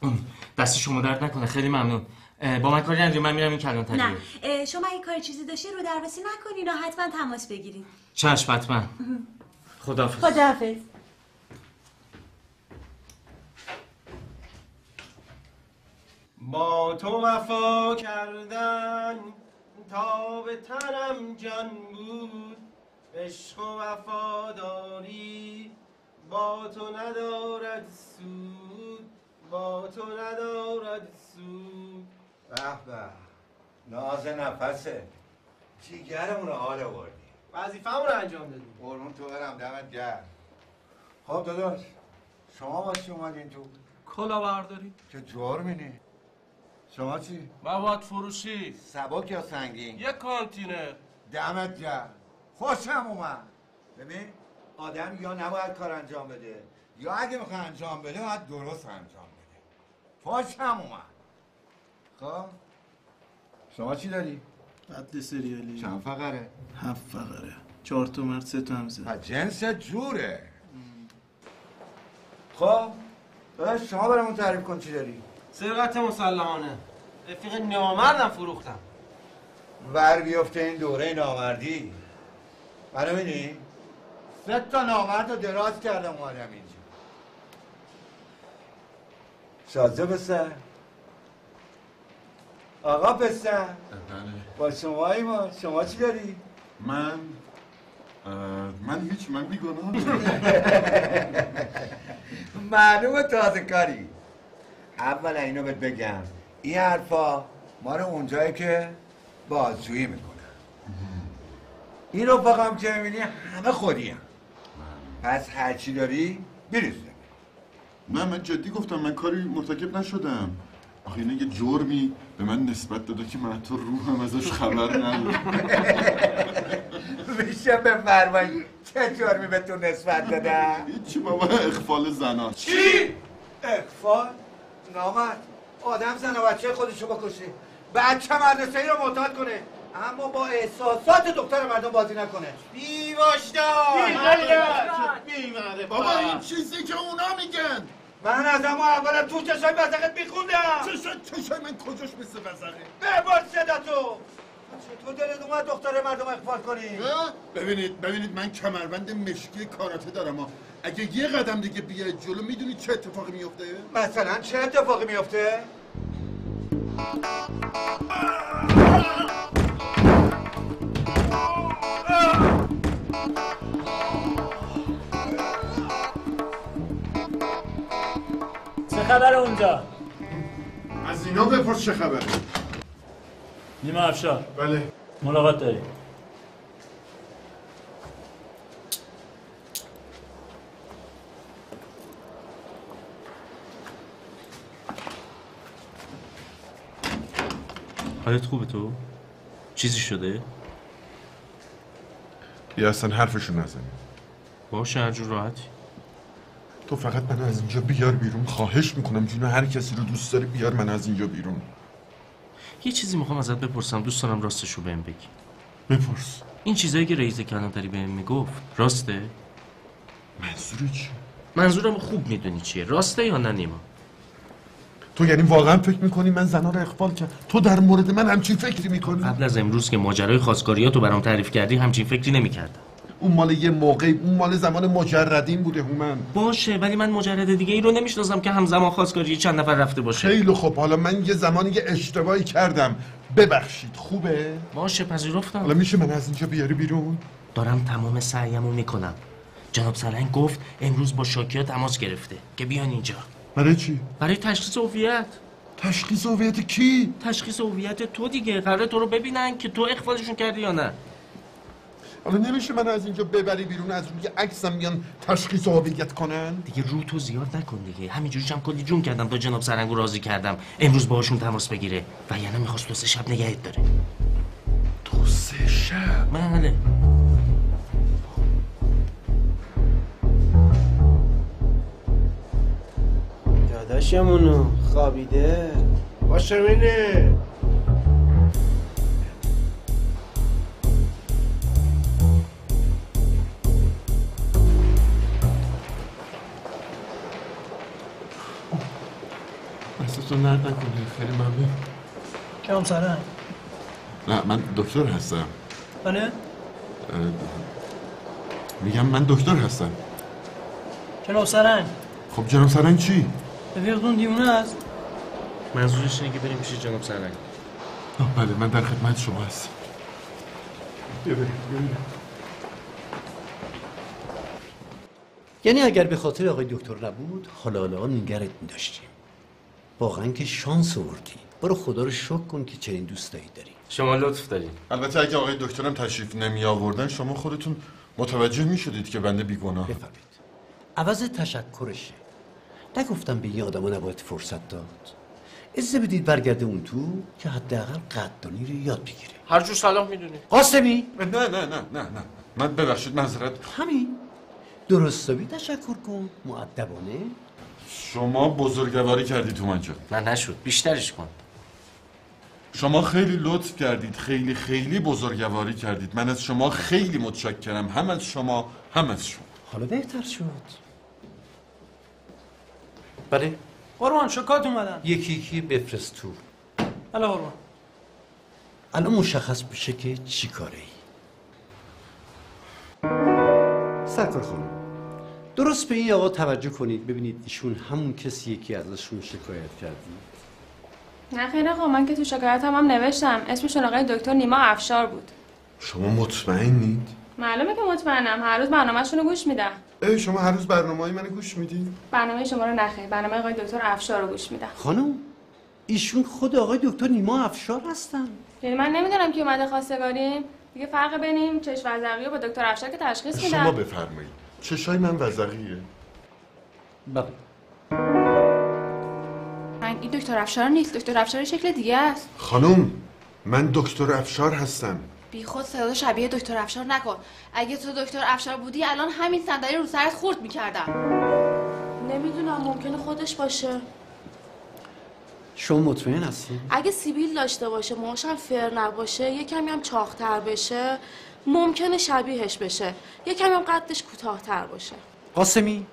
Speaker 11: ام، دست شما درد نکنه خیلی ممنون اه، با من کاری نداری من میرم این کلانتری
Speaker 12: نه اه، شما اگه کار چیزی داشتی رو درواسی نکنین و حتما تماس بگیرین
Speaker 11: چشم حتما خداحافظ
Speaker 12: خداحافظ
Speaker 18: با تو وفا کردن تا به تنم جان بود عشق و وفاداری با تو ندارد سود با تو ندارد سود
Speaker 9: به به ناز نفسه جیگرمون رو حال آوردی
Speaker 18: وظیفه‌مون رو انجام دادیم
Speaker 9: قربون تو برم دمت گرم خب داداش شما واسه اومدین تو
Speaker 19: کلا برداری
Speaker 9: که جور مینی شما چی؟
Speaker 19: مواد فروشی
Speaker 9: سبک یا سنگین؟
Speaker 19: یک کانتینر
Speaker 9: دمت گرم خوشم اومد ببین آدم یا نباید کار انجام بده یا اگه میخواد انجام بده باید درست انجام بده خوشم اومد خب شما چی داری؟
Speaker 20: قتل سریالی
Speaker 9: چند فقره؟
Speaker 20: هفت فقره چهار تا مرد سه تا
Speaker 9: و
Speaker 20: همزه
Speaker 9: جنس جوره خب داداش شما برامون تعریف کن چی داری
Speaker 18: سرقت مسلحانه رفیق نامردم فروختم
Speaker 9: ور بیفته این دوره نامردی منو میدی؟ سه تا نامرد رو دراز کردم آره. اومدم اینجا شازه پسر آقا پسر با شما ما شما چی داری؟
Speaker 2: بله. من اه، من هیچ من بیگناه
Speaker 9: معلومه تازه کاری اولا اینو بهت بگم این حرفا ما رو اونجایی که بازجویی میکنن این رفقا هم که میبینی همه خودی هم. پس هرچی داری بریز
Speaker 2: نه من جدی گفتم من کاری مرتکب نشدم آخه اینه یه جرمی به من نسبت داده که من تو روحم ازش خبر ندارم
Speaker 9: میشه بفرمایی چه جرمی به تو نسبت دادم
Speaker 2: هیچی بابا اخفال زنان
Speaker 9: چی؟ اقفال نامرد آدم زن و بچه خودشو بکشه بچه مدرسه ای رو معتاد کنه اما با احساسات دکتر مردم بازی نکنه بی وجدان
Speaker 1: بی غیرت، بابا، این چیزی که اونا میگن
Speaker 9: من از اما اولا تو چشای بزقت میخوندم
Speaker 2: چشای چشای من کجاش مثل بزقه
Speaker 9: ببر صدا تو تو دلت اومد دختر مردم اقفال کنی
Speaker 2: ببینید ببینید من کمربند مشکی کاراته دارم ها اگه یه قدم دیگه بیاید جلو میدونی چه اتفاقی میفته
Speaker 9: مثلا چه اتفاقی میفته
Speaker 21: چه خبر اونجا؟
Speaker 2: از اینا بپرس چه خبره
Speaker 21: نیما افشار
Speaker 2: بله
Speaker 21: ملاقات داریم
Speaker 11: حالت خوبه تو؟ چیزی شده؟
Speaker 5: یا اصلا حرفشو نزنی
Speaker 11: باشه هر جور راحتی
Speaker 5: تو فقط منو از اینجا بیار بیرون خواهش میکنم جون هر کسی رو دوست داری بیار من از اینجا بیرون
Speaker 11: یه چیزی میخوام ازت بپرسم دوست دارم راستشو بهم بگی
Speaker 5: بپرس
Speaker 11: این چیزایی که رئیس کلانتری بهم میگفت راسته
Speaker 5: منظوری چی
Speaker 11: منظورم خوب میدونی چیه راسته یا نه نیما
Speaker 5: تو یعنی واقعا فکر میکنی من زنا رو اقبال کرد تو در مورد من همچین فکری میکنی
Speaker 11: قبل از امروز که ماجرای خواستگاریاتو برام تعریف کردی همچین فکری نمیکردم
Speaker 5: اون مال یه موقعی اون مال زمان مجردین بوده هومن
Speaker 11: باشه ولی من مجرد دیگه ای رو نمیشناسم که همزمان خواستگاری چند نفر رفته باشه
Speaker 5: خیلی خب حالا من یه زمانی یه اشتباهی کردم ببخشید خوبه
Speaker 11: باشه پذیرفتم
Speaker 5: حالا میشه من از اینجا بیاری بیرون
Speaker 11: دارم تمام سعیمو میکنم جناب سرنگ گفت امروز با شاکیا تماس گرفته که بیان اینجا
Speaker 5: برای چی
Speaker 11: برای تشخیص هویت
Speaker 5: تشخیص هویت کی
Speaker 11: تشخیص هویت تو دیگه قراره تو رو ببینن که تو اخفالشون کردی یا نه
Speaker 5: حالا نمیشه من از اینجا ببری بیرون از روی عکسم میان تشخیص هویت کنن
Speaker 11: دیگه رو تو زیاد نکن دیگه همینجوریش هم کلی جون کردم تا جناب سرنگو راضی کردم امروز باهاشون تماس بگیره و یعنی میخواست دو سه شب نگهت داره
Speaker 5: دو سه شب
Speaker 11: بله
Speaker 18: داداشمونو خوابیده باشه بینه
Speaker 5: تو نرد نکنی خیلی ممنون
Speaker 21: کم سرم
Speaker 5: نه من دکتر هستم
Speaker 21: بله
Speaker 5: اه، میگم من دکتر هستم
Speaker 21: جناب سرنگ
Speaker 5: خب جناب سرن چی
Speaker 21: رفیقتون دیوونه است
Speaker 11: منظورش اینه که بریم پیش جناب سرنگ
Speaker 5: آه، بله من در خدمت شما هستم بیا بریم، بیا بریم.
Speaker 6: یعنی اگر به خاطر آقای دکتر نبود حالا حالا نگرت می‌داشتیم واقعا که شانس آوردی برو خدا رو شکر کن که چنین دوستایی داری
Speaker 22: شما لطف دارید
Speaker 2: البته اگه آقای دکترم تشریف نمی آوردن شما خودتون متوجه می شدید که بنده بیگناه
Speaker 6: عوض تشکرشه نگفتم به این آدما نباید فرصت داد اجازه بدید برگرده اون تو که حداقل قدردانی رو یاد بگیره
Speaker 4: هر جور سلام میدونی
Speaker 6: قاسمی
Speaker 2: نه نه نه نه نه من ببخشید معذرت
Speaker 6: همین درستابی تشکر کن معدبانه
Speaker 2: شما بزرگواری کردید تو منجا
Speaker 22: نه نشد بیشترش کن
Speaker 2: شما خیلی لطف کردید خیلی خیلی بزرگواری کردید من از شما خیلی متشکرم هم از شما هم از شما
Speaker 6: حالا بهتر شد
Speaker 2: بله
Speaker 3: قربان شکات اومدن
Speaker 6: یکی یکی بفرست تو
Speaker 3: حالا قربان
Speaker 6: الان مشخص میشه که چی کاره ای سرکار خانم درست به این آقا توجه کنید ببینید ایشون همون کسیه که ازشون شکایت کردی
Speaker 23: نه خیر آقا من که تو شکایتم هم نوشتم اسمشون آقای دکتر نیما افشار بود
Speaker 2: شما مطمئنید
Speaker 23: معلومه که مطمئنم هر روز برنامهشون رو گوش میدم
Speaker 2: ای شما هر روز برنامه های منو گوش میدی
Speaker 23: برنامه شما رو نخیر برنامه آقای دکتر افشار رو گوش میدم
Speaker 6: خانم ایشون خود آقای دکتر نیما افشار هستن
Speaker 23: یعنی من نمیدونم که اومده خواستگاریم دیگه فرق بینیم چشم وزقی رو با دکتر افشار که تشخیص میدم
Speaker 2: شما بفرمایید چشای من وزقیه
Speaker 6: بله
Speaker 23: من این دکتر افشار نیست دکتر افشار شکل دیگه است
Speaker 2: خانم من دکتر افشار هستم
Speaker 23: بی خود صدا شبیه دکتر افشار نکن اگه تو دکتر افشار بودی الان همین صندلی رو سرت خورد میکردم نمیدونم ممکنه خودش باشه
Speaker 6: شما مطمئن هستین
Speaker 24: اگه سیبیل داشته باشه موهاشم فر نباشه یه کمی هم چاقتر بشه ممکنه شبیهش بشه یه کمی هم قدش کوتاهتر باشه
Speaker 6: قاسمی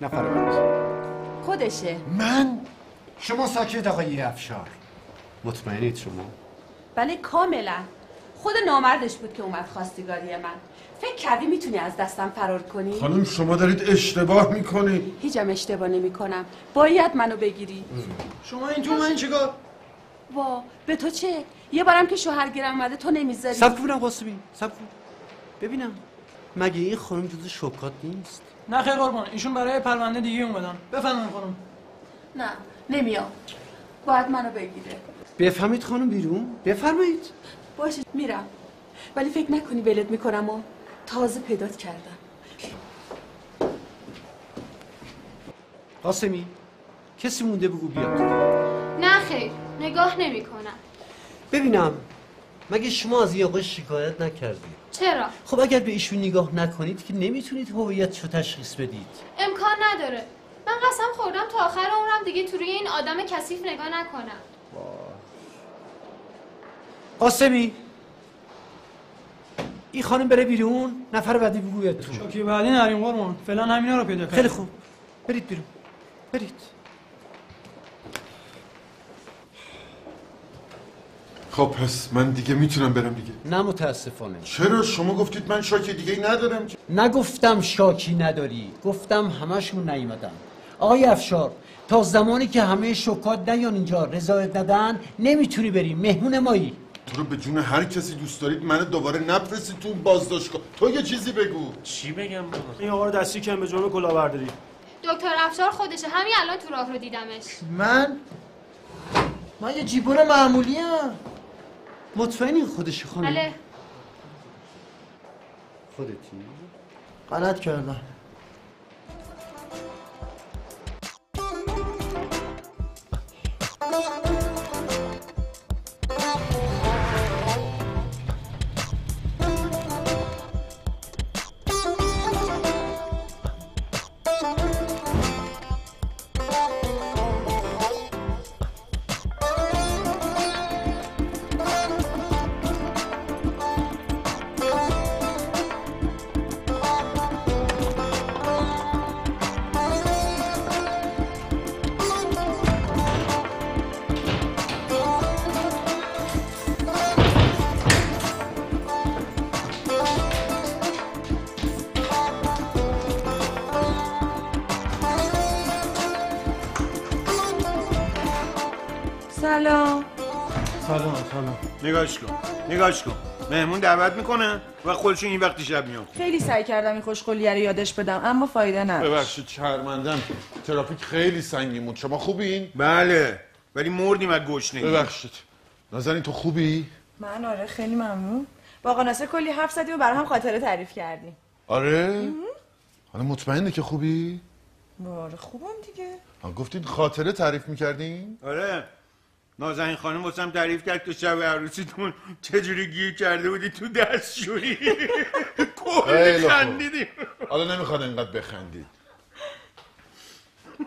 Speaker 6: نفر بعد
Speaker 25: خودشه
Speaker 26: من شما ساکت آقای افشار
Speaker 6: مطمئنید شما
Speaker 25: بله کاملا خود نامردش بود که اومد خواستگاری من فکر کردی میتونی از دستم فرار کنی؟
Speaker 2: خانم شما دارید اشتباه میکنید
Speaker 25: هیچم اشتباه نمی کنم باید منو بگیری
Speaker 3: شما این تو من چیکار؟
Speaker 25: وا به تو چه؟ یه بارم که شوهرگیرم اومده تو نمیذاری
Speaker 6: سب کنم قاسمی سب کن ببینم مگه این خانم جز شکات نیست
Speaker 3: نه خیر قربان ایشون برای پرونده دیگه اومدن بفرمایید خانم
Speaker 25: نه نمیام باید منو بگیره
Speaker 6: بفهمید خانم بیرون بفرمایید
Speaker 25: باشه میرم ولی فکر نکنی ولت میکنم و تازه پیدات کردم
Speaker 6: قاسمی کسی مونده بگو بیاد
Speaker 27: نه خیر نگاه نمیکنم
Speaker 6: ببینم مگه شما از این آقا شکایت نکردید
Speaker 27: چرا
Speaker 6: خب اگر به ایشون نگاه نکنید که نمیتونید هویتشو تشخیص بدید
Speaker 27: امکان نداره من قسم خوردم تا آخر عمرم دیگه تو روی این آدم کثیف نگاه نکنم
Speaker 6: قاسمی این خانم بره بیرون نفر بعدی بگو بیاد تو
Speaker 3: شوکی بعدی نریم قربان فعلا همینا رو پیدا کردیم
Speaker 6: خیلی خوب برید بیرون برید
Speaker 2: خب پس من دیگه میتونم برم دیگه
Speaker 6: نه متاسفانه
Speaker 2: چرا شما گفتید من شاکی دیگه ندارم که
Speaker 6: نگفتم شاکی نداری گفتم همشون نیومدن آقای افشار تا زمانی که همه شکات نیان اینجا رضایت ندن نمیتونی بری مهمون مایی
Speaker 2: تو رو به جون هر کسی دوست دارید من دوباره نفرستید تو اون بازداشتگاه تو یه چیزی بگو
Speaker 4: چی بگم
Speaker 1: این آقا رو دستی کم به جرم کلاهبرداری
Speaker 27: دکتر افشار خودشه همین الان تو راه رو دیدمش
Speaker 3: من من یه جیبون معمولی ام
Speaker 6: مطمئنی خودش خانم
Speaker 27: بله
Speaker 6: خودتی
Speaker 3: غلط کردم
Speaker 28: سلام
Speaker 1: سلام سلام
Speaker 4: نگاش کن نگاش کن مهمون دعوت میکنه و خودشون این وقتی شب میان
Speaker 17: خیلی سعی کردم این خوشقلیه رو یادش بدم اما فایده نداشت
Speaker 2: ببخشید شرمندم ترافیک خیلی سنگین بود شما خوبین؟
Speaker 4: بله ولی مردیم از گشنگی
Speaker 2: ببخشید نازنین تو خوبی؟
Speaker 17: من آره خیلی ممنون با آقا ناصر کلی حرف زدیم و برای هم خاطره تعریف کردیم
Speaker 2: آره؟ حالا مطمئنه که خوبی؟
Speaker 17: آره خوبم دیگه
Speaker 2: آه، گفتین خاطره تعریف میکردین؟
Speaker 4: آره نازنین خانم واسم تعریف کرد که شب عروسیتون چجوری گیر کرده بودی تو دستشویی
Speaker 2: خیلی
Speaker 4: کلی
Speaker 2: خوب.
Speaker 4: خندیدیم
Speaker 2: حالا نمیخواد انقدر بخندید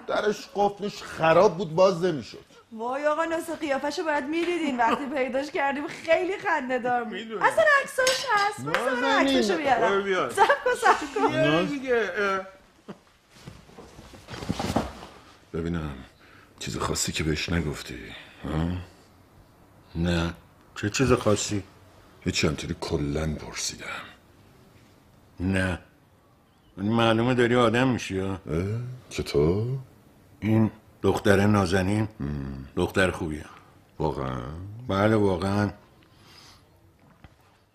Speaker 2: درش قفلش خراب بود باز نمیشد
Speaker 17: وای آقا ناصر قیافشو باید میدیدین وقتی پیداش کردیم خیلی خنده دار بود اصلا عکساش هست من اصلا برم
Speaker 4: نازنین.
Speaker 17: عکساشو
Speaker 4: برو
Speaker 17: بیارم
Speaker 4: بیار.
Speaker 17: سب کن سب کن
Speaker 4: یه دیگه اه.
Speaker 2: ببینم چیز خاصی که بهش نگفتی ها؟
Speaker 4: نه چه چیز خاصی؟
Speaker 2: هیچی همطوری کلن پرسیدم
Speaker 4: نه معلومه داری آدم میشی ها
Speaker 2: چطور؟
Speaker 4: این دختر نازنین دختر خوبیه
Speaker 2: واقعا
Speaker 4: بله واقعا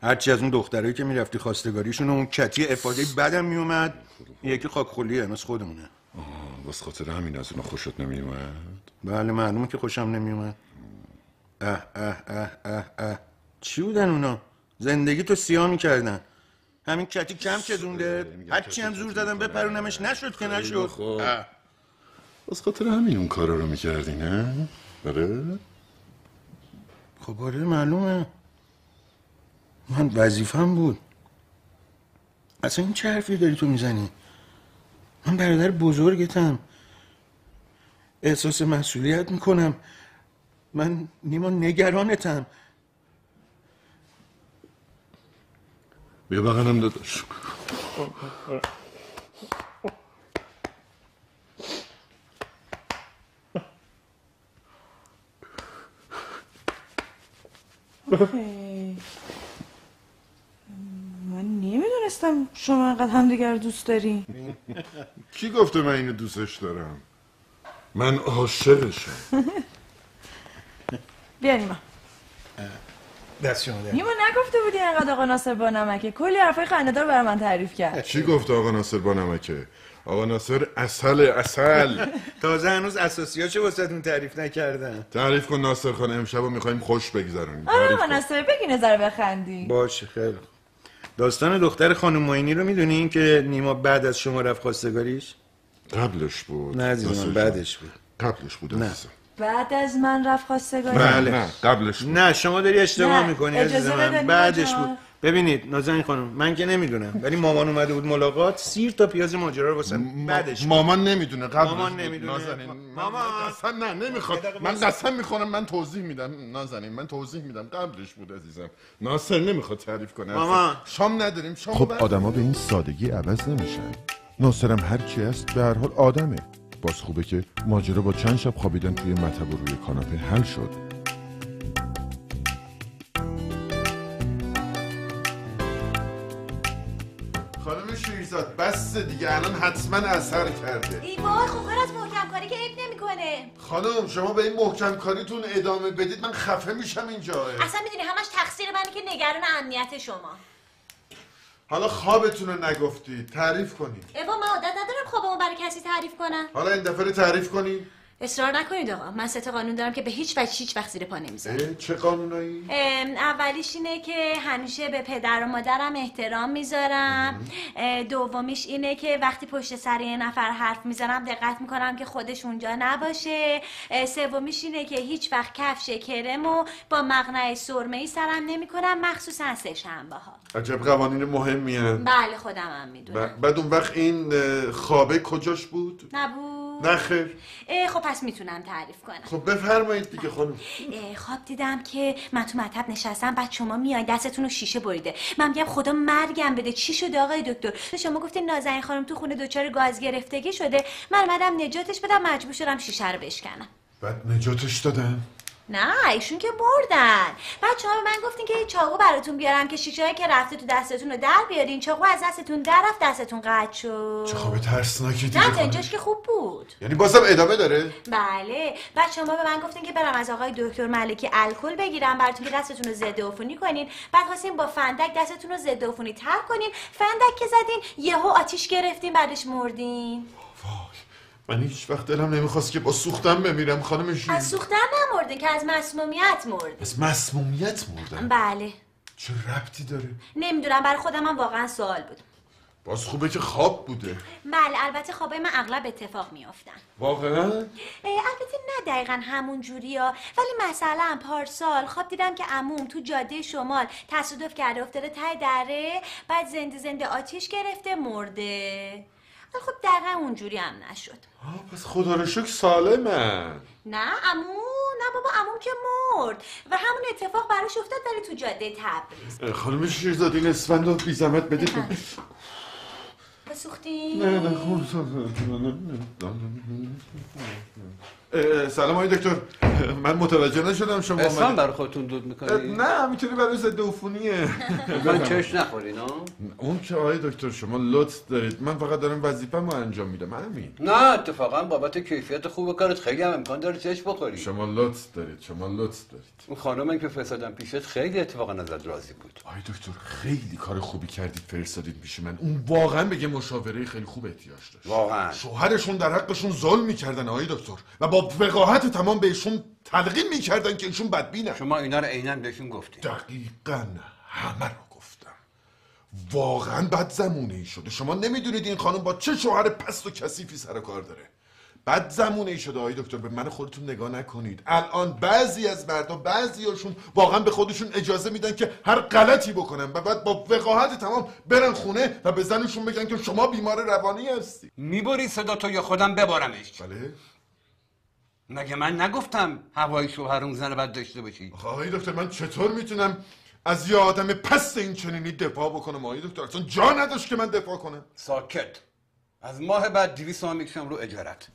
Speaker 4: هرچی از اون دخترایی که میرفتی خواستگاریشون اون کتی افاده بدم میومد
Speaker 2: خب،
Speaker 4: یکی خاک خلیه از خودمونه
Speaker 2: باز خاطر همین از اونا خوشت نمیومد
Speaker 4: بله معلومه که خوشم نمیومد اه اه اه اه اه چی بودن اونا زندگی تو سیاه میکردن همین کتی کم که زونده هرچی هم زور زدم بپرونمش نشد که نشد اه.
Speaker 2: باز خاطر همین اون کارا رو میکردی نه؟ آره؟
Speaker 4: خب آره معلومه من وظیفم بود اصلا این چه حرفی داری تو میزنی من برادر بزرگتم احساس مسئولیت میکنم من نیما نگرانتم
Speaker 2: بیا بغلم داداش
Speaker 17: آخه، من نمیدونستم شما انقدر همدیگر رو دوست داری
Speaker 2: کی گفته من اینو دوستش دارم؟ من عاشقشم
Speaker 17: بیا نیما
Speaker 4: دست شما
Speaker 17: نیما نگفته بودی انقدر آقا ناصر با نمکه کلی حرفای خنده‌دار برای من تعریف کرد
Speaker 2: چی گفت آقا ناصر با نمکه؟ آقا ناصر اصل اصل
Speaker 4: بله. تازه هنوز اساسیاشو واسهتون تعریف نکردم
Speaker 2: تعریف کن ناصر خان امشب رو میخوایم خوش بگذرونیم
Speaker 17: آره آقا ناصر بگی نظر بخندی
Speaker 4: باشه خیلی خوب. داستان دختر خانم ماینی رو میدونین که نیما بعد از شما رفت خواستگاریش
Speaker 2: قبلش بود
Speaker 4: نه عزیز
Speaker 2: ناصر
Speaker 4: من
Speaker 2: جان.
Speaker 4: بعدش بود
Speaker 2: قبلش بود
Speaker 4: نه
Speaker 17: بعد از من رفت خواستگاری
Speaker 4: بله قبلش نه شما داری اشتباه
Speaker 17: نه،
Speaker 4: میکنی
Speaker 17: اجازه
Speaker 4: عزیز
Speaker 17: بده نیما
Speaker 4: من بعدش
Speaker 17: جان.
Speaker 4: بود ببینید نازنین خانم من که نمیدونم ولی مامان اومده بود ملاقات سیر تا پیاز ماجرا رو واسه بعدش
Speaker 2: مامان نمیدونه قبلش
Speaker 4: مامان
Speaker 2: بود.
Speaker 4: نمیدونه
Speaker 2: نازنین،
Speaker 4: مامان
Speaker 2: اصلا نه نمیخواد من قسم میخورم من توضیح میدم نازنین من توضیح میدم قبلش بود عزیزم ناصر نمیخواد تعریف کنه اصلا.
Speaker 4: مامان.
Speaker 2: شام نداریم شام
Speaker 29: خب
Speaker 2: بعد-
Speaker 29: آدما به این سادگی عوض نمیشن ناصرم هر چی هست به هر حال آدمه باز خوبه که ماجرا با چند شب خوابیدن توی مطب و روی کاناپه حل شد
Speaker 2: خانم شیرزاد بس دیگه الان حتما اثر کرده
Speaker 12: ای وای خب غیر از محکم کاری که عیب نمیکنه
Speaker 2: خانم شما به این محکم کاریتون ادامه بدید من خفه میشم اینجا
Speaker 12: اصلا میدونی همش تقصیر منه که نگران امنیت شما
Speaker 2: حالا خوابتون رو نگفتید تعریف کنید
Speaker 12: اوا من عادت ندارم خوابمو برای کسی تعریف کنم
Speaker 2: حالا این دفعه رو تعریف کنید
Speaker 12: اصرار نکنید آقا من سه تا قانون دارم که به هیچ وجه هیچ وقت زیر پا نمیذارم
Speaker 2: اه، چه قانونایی
Speaker 12: ام، اولیش اینه که همیشه به پدر و مادرم احترام میذارم اه، دومیش اینه که وقتی پشت سر یه نفر حرف میزنم دقت میکنم که خودش اونجا نباشه اه، سومیش اینه که هیچ وقت کفش کرم و با مقنعه سرمه ای سرم نمیکنم مخصوصا سه شنبه ها
Speaker 2: عجب قوانین مهمی هن.
Speaker 12: بله خودم هم میدونم
Speaker 2: ب- بعد اون وقت این اه، خوابه کجاش بود
Speaker 12: نبود
Speaker 2: نه خیر
Speaker 12: اه، خب پس میتونم تعریف کنم
Speaker 2: خب بفرمایید دیگه خانم
Speaker 12: اه، خواب دیدم که من تو مطب نشستم بعد شما میای دستتون رو شیشه بریده من میگم خدا مرگم بده چی شده آقای دکتر شما گفتین نازنین خانم تو خونه دچار گاز گرفتگی شده من اومدم نجاتش بدم مجبور شدم شیشه رو بشکنم
Speaker 2: بعد نجاتش دادم
Speaker 12: نه ایشون که بردن بچه ها به من گفتین که یه چاقو براتون بیارم که شیشه که رفته تو دستتون رو در بیارین چاقو از دستتون در رفت دستتون قطع شد چه
Speaker 2: خواب ترسناکی دیگه
Speaker 12: نه تا
Speaker 2: خانم.
Speaker 12: اینجاش که خوب بود
Speaker 2: یعنی بازم ادامه داره
Speaker 12: بله بعد شما به من گفتین که برم از آقای دکتر ملکی الکل بگیرم براتون که دستتون رو ضد عفونی کنین بعد خواستین با فندک دستتون رو ضد عفونی تر کنین فندک که زدین یهو آتیش گرفتین بعدش مردین
Speaker 2: من هیچ وقت دلم نمیخواست که با سوختن بمیرم خانم شیر
Speaker 12: از سوختن نمردین که از مسمومیت مردین
Speaker 2: از مسمومیت مردم
Speaker 12: بله
Speaker 2: چه ربطی داره
Speaker 12: نمیدونم برای خودم هم واقعا سوال بود
Speaker 2: باز خوبه که خواب بوده
Speaker 12: بله البته خوابای من اغلب اتفاق میافتن
Speaker 2: واقعا
Speaker 12: اه، البته نه دقیقا همون جوریا ولی مثلا پارسال خواب دیدم که عموم تو جاده شمال تصادف کرده افتاده ته دره بعد زنده زنده آتیش گرفته مرده ولی خب دقیقا اونجوری هم نشد
Speaker 2: آه، پس خدا رو شکر سالمه
Speaker 12: نه عمو نه بابا عموم که مرد و همون اتفاق براش افتاد ولی تو جاده تبریز
Speaker 2: اه، خانم شیرزاد این اسفند رو بی زحمت بدید
Speaker 12: بله. بسوختی
Speaker 2: نه نه خوب اه، سلام آقای دکتر اه، من متوجه نشدم شما
Speaker 15: اسفند
Speaker 2: اومدید.
Speaker 15: برای خودتون دود
Speaker 2: اه،
Speaker 15: میکنی؟
Speaker 2: نه میتونی برای ضد عفونیه
Speaker 15: من چش نخورین ها؟
Speaker 2: اون که آقای دکتر شما لطف دارید من فقط دارم وظیفه‌مو انجام میدم همین
Speaker 15: نه اتفاقا بابت کیفیت خوب کارت خیلی هم امکان داره چش بخوری
Speaker 2: شما لطف دارید شما لطف دارید
Speaker 15: اون خانم که فرستادم پیشت خیلی اتفاقا ازت راضی بود
Speaker 2: آقای دکتر خیلی کار خوبی کردید فرستادید پیش من اون واقعا بگه مشاوره خیلی خوب احتیاج داشت
Speaker 15: واقعا
Speaker 2: شوهرشون در حقشون ظلم میکردن آقای دکتر و با وقاحت تمام بهشون تلقین میکردن که ایشون بدبینن
Speaker 15: شما اینا رو عینا بهشون گفتی
Speaker 2: دقیقا همه رو گفتم واقعا بد زمونه ای شده شما نمیدونید این خانم با چه شوهر پست و کثیفی سر و کار داره بد زمونه ای شده آقای دکتر به من خودتون نگاه نکنید الان بعضی از مردا بعضیاشون واقعا به خودشون اجازه میدن که هر غلطی بکنن و بعد با وقاحت تمام برن خونه و به زنشون بگن که شما بیمار روانی هستی
Speaker 15: میبری صدا تو یا خودم ببارمش
Speaker 2: بله
Speaker 15: مگه من نگفتم هوای شوهر اون زن رو بد داشته باشی
Speaker 2: آقای دکتر من چطور میتونم از یه آدم پست این چنینی دفاع بکنم آقای دکتر اصلا جا نداشت که من دفاع کنم
Speaker 15: ساکت از ماه بعد 200 تومن میکشم رو اجارت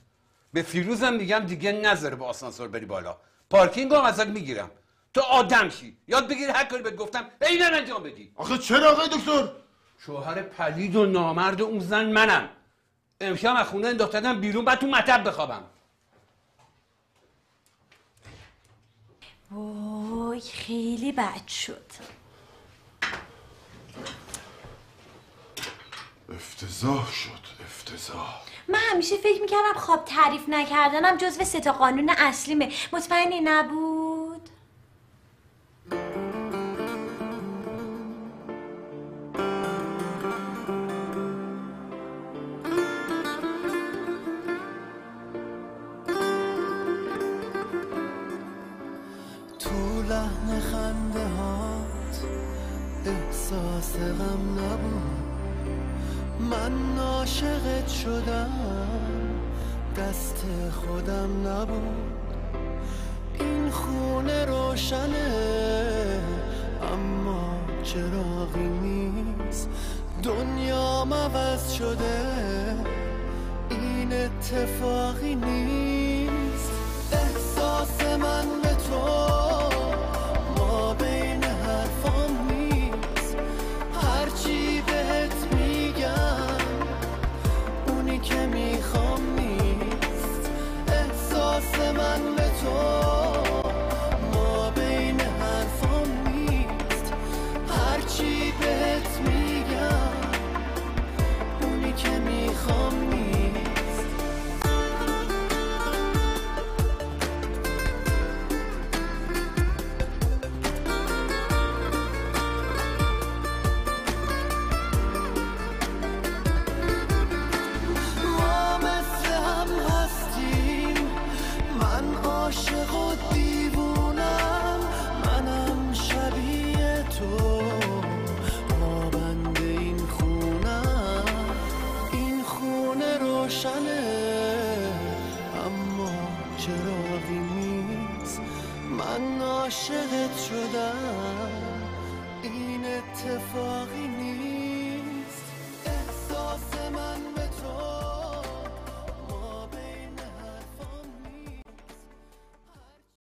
Speaker 15: به فیروزم میگم دیگه نذاره با آسانسور بری بالا پارکینگ هم ازت میگیرم تو آدم شی یاد بگیر هر کاری بهت گفتم عینا انجام بدی
Speaker 2: آخه چرا آقای دکتر
Speaker 15: شوهر پلید و نامرد اون زن منم امشب از خونه انداختم بیرون بعد تو مطب بخوابم
Speaker 12: وای خیلی بد شد
Speaker 2: افتضاح شد افتضاح
Speaker 12: من همیشه فکر میکردم خواب تعریف نکردنم جزو سه تا قانون اصلیمه مطمئنی نبود
Speaker 1: تو لحن خنده هات احساس غم نبود من عاشقت شدم دست خودم نبود این خونه روشنه اما چراغی نیست دنیا عوض شده این اتفاقی نیست احساس من به تو ما بین حرفام نیست هرچی بهت میگم اونی که میخوام نیست احساس من به تو ما بین حرفام نیست هرچی بهت میگم اونی که میخوام نیست ما مثل هم هستیم من عاشق و دیوونم منم شبیه تو ما بند این خونم این خونه روشنه اما چراغی نیست من عاشقت شدم این اتفاقی نیست